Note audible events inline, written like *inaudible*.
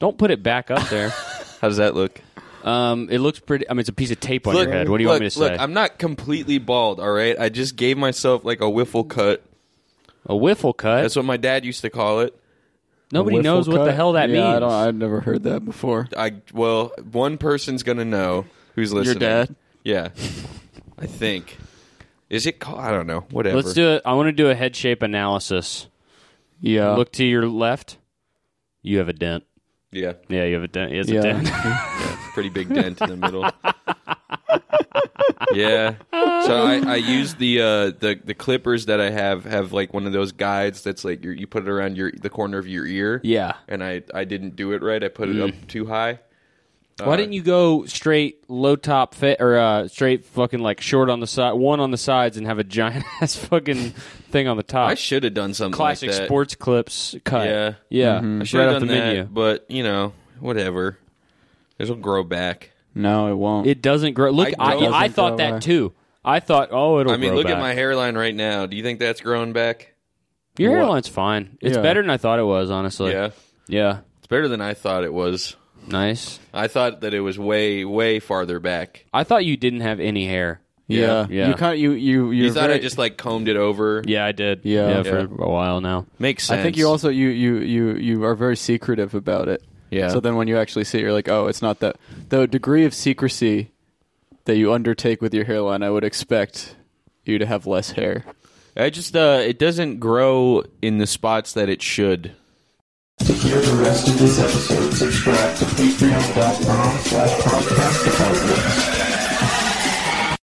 Don't put it back up *laughs* there. How does that look? um, it looks pretty. I mean, it's a piece of tape on look, your head. What do you look, want me to say? Look, I'm not completely bald. All right, I just gave myself like a wiffle cut. a wiffle cut. That's what my dad used to call it. Nobody knows what the hell that yeah, means. I don't, I've never heard that before. I well, one person's gonna know who's listening. dad? Yeah, I think. Is it called? I don't know. Whatever. Let's do it. I want to do a head shape analysis. Uh. Yeah. Look to your left. You have a dent. Yeah, Yeah, you have a dent. It's Yeah. a *laughs* dent. pretty big dent in the middle. *laughs* yeah. So I, I use the uh, the the clippers that I have have like one of those guides that's like you you put it around your the corner of your ear. yeah. Mm. And I I didn't do it right. I put it up too high. Why didn't you go straight low top fit or uh, straight fucking like short on the side, one on the sides, and have a giant *laughs* ass fucking thing on the top? I should have done something Classic like that. sports clips cut. Yeah. Mm-hmm. yeah. I should right have off done the that, menu. but you know, whatever. This will grow back. no, it won't. It doesn't grow. Look, I I, don't- I, thought Doesn't grow that back. too. I thought, oh, it'll. I mean, grow look at back. my hairline right now. Do you think that's growing back? Your hairline's fine. It's Yeah. better than I thought it was. Honestly. Yeah. Yeah. It's better than I thought it was. Nice. I thought that it was way, way farther back. I thought you didn't have any hair. yeah. yeah. You can't. You you you're You thought I very- just like combed it over. Yeah, I did. Yeah. for Yeah. a while now. Makes sense. I think you also you you you you are very secretive about it. Yeah. So then when you actually see it, you're like, oh, it's not that. The degree of secrecy that you undertake with your hairline, I would expect you to have less hair. I just uh it doesn't grow in the spots that it should. To hear the rest of this episode, subscribe to patreon.com slash podcast department.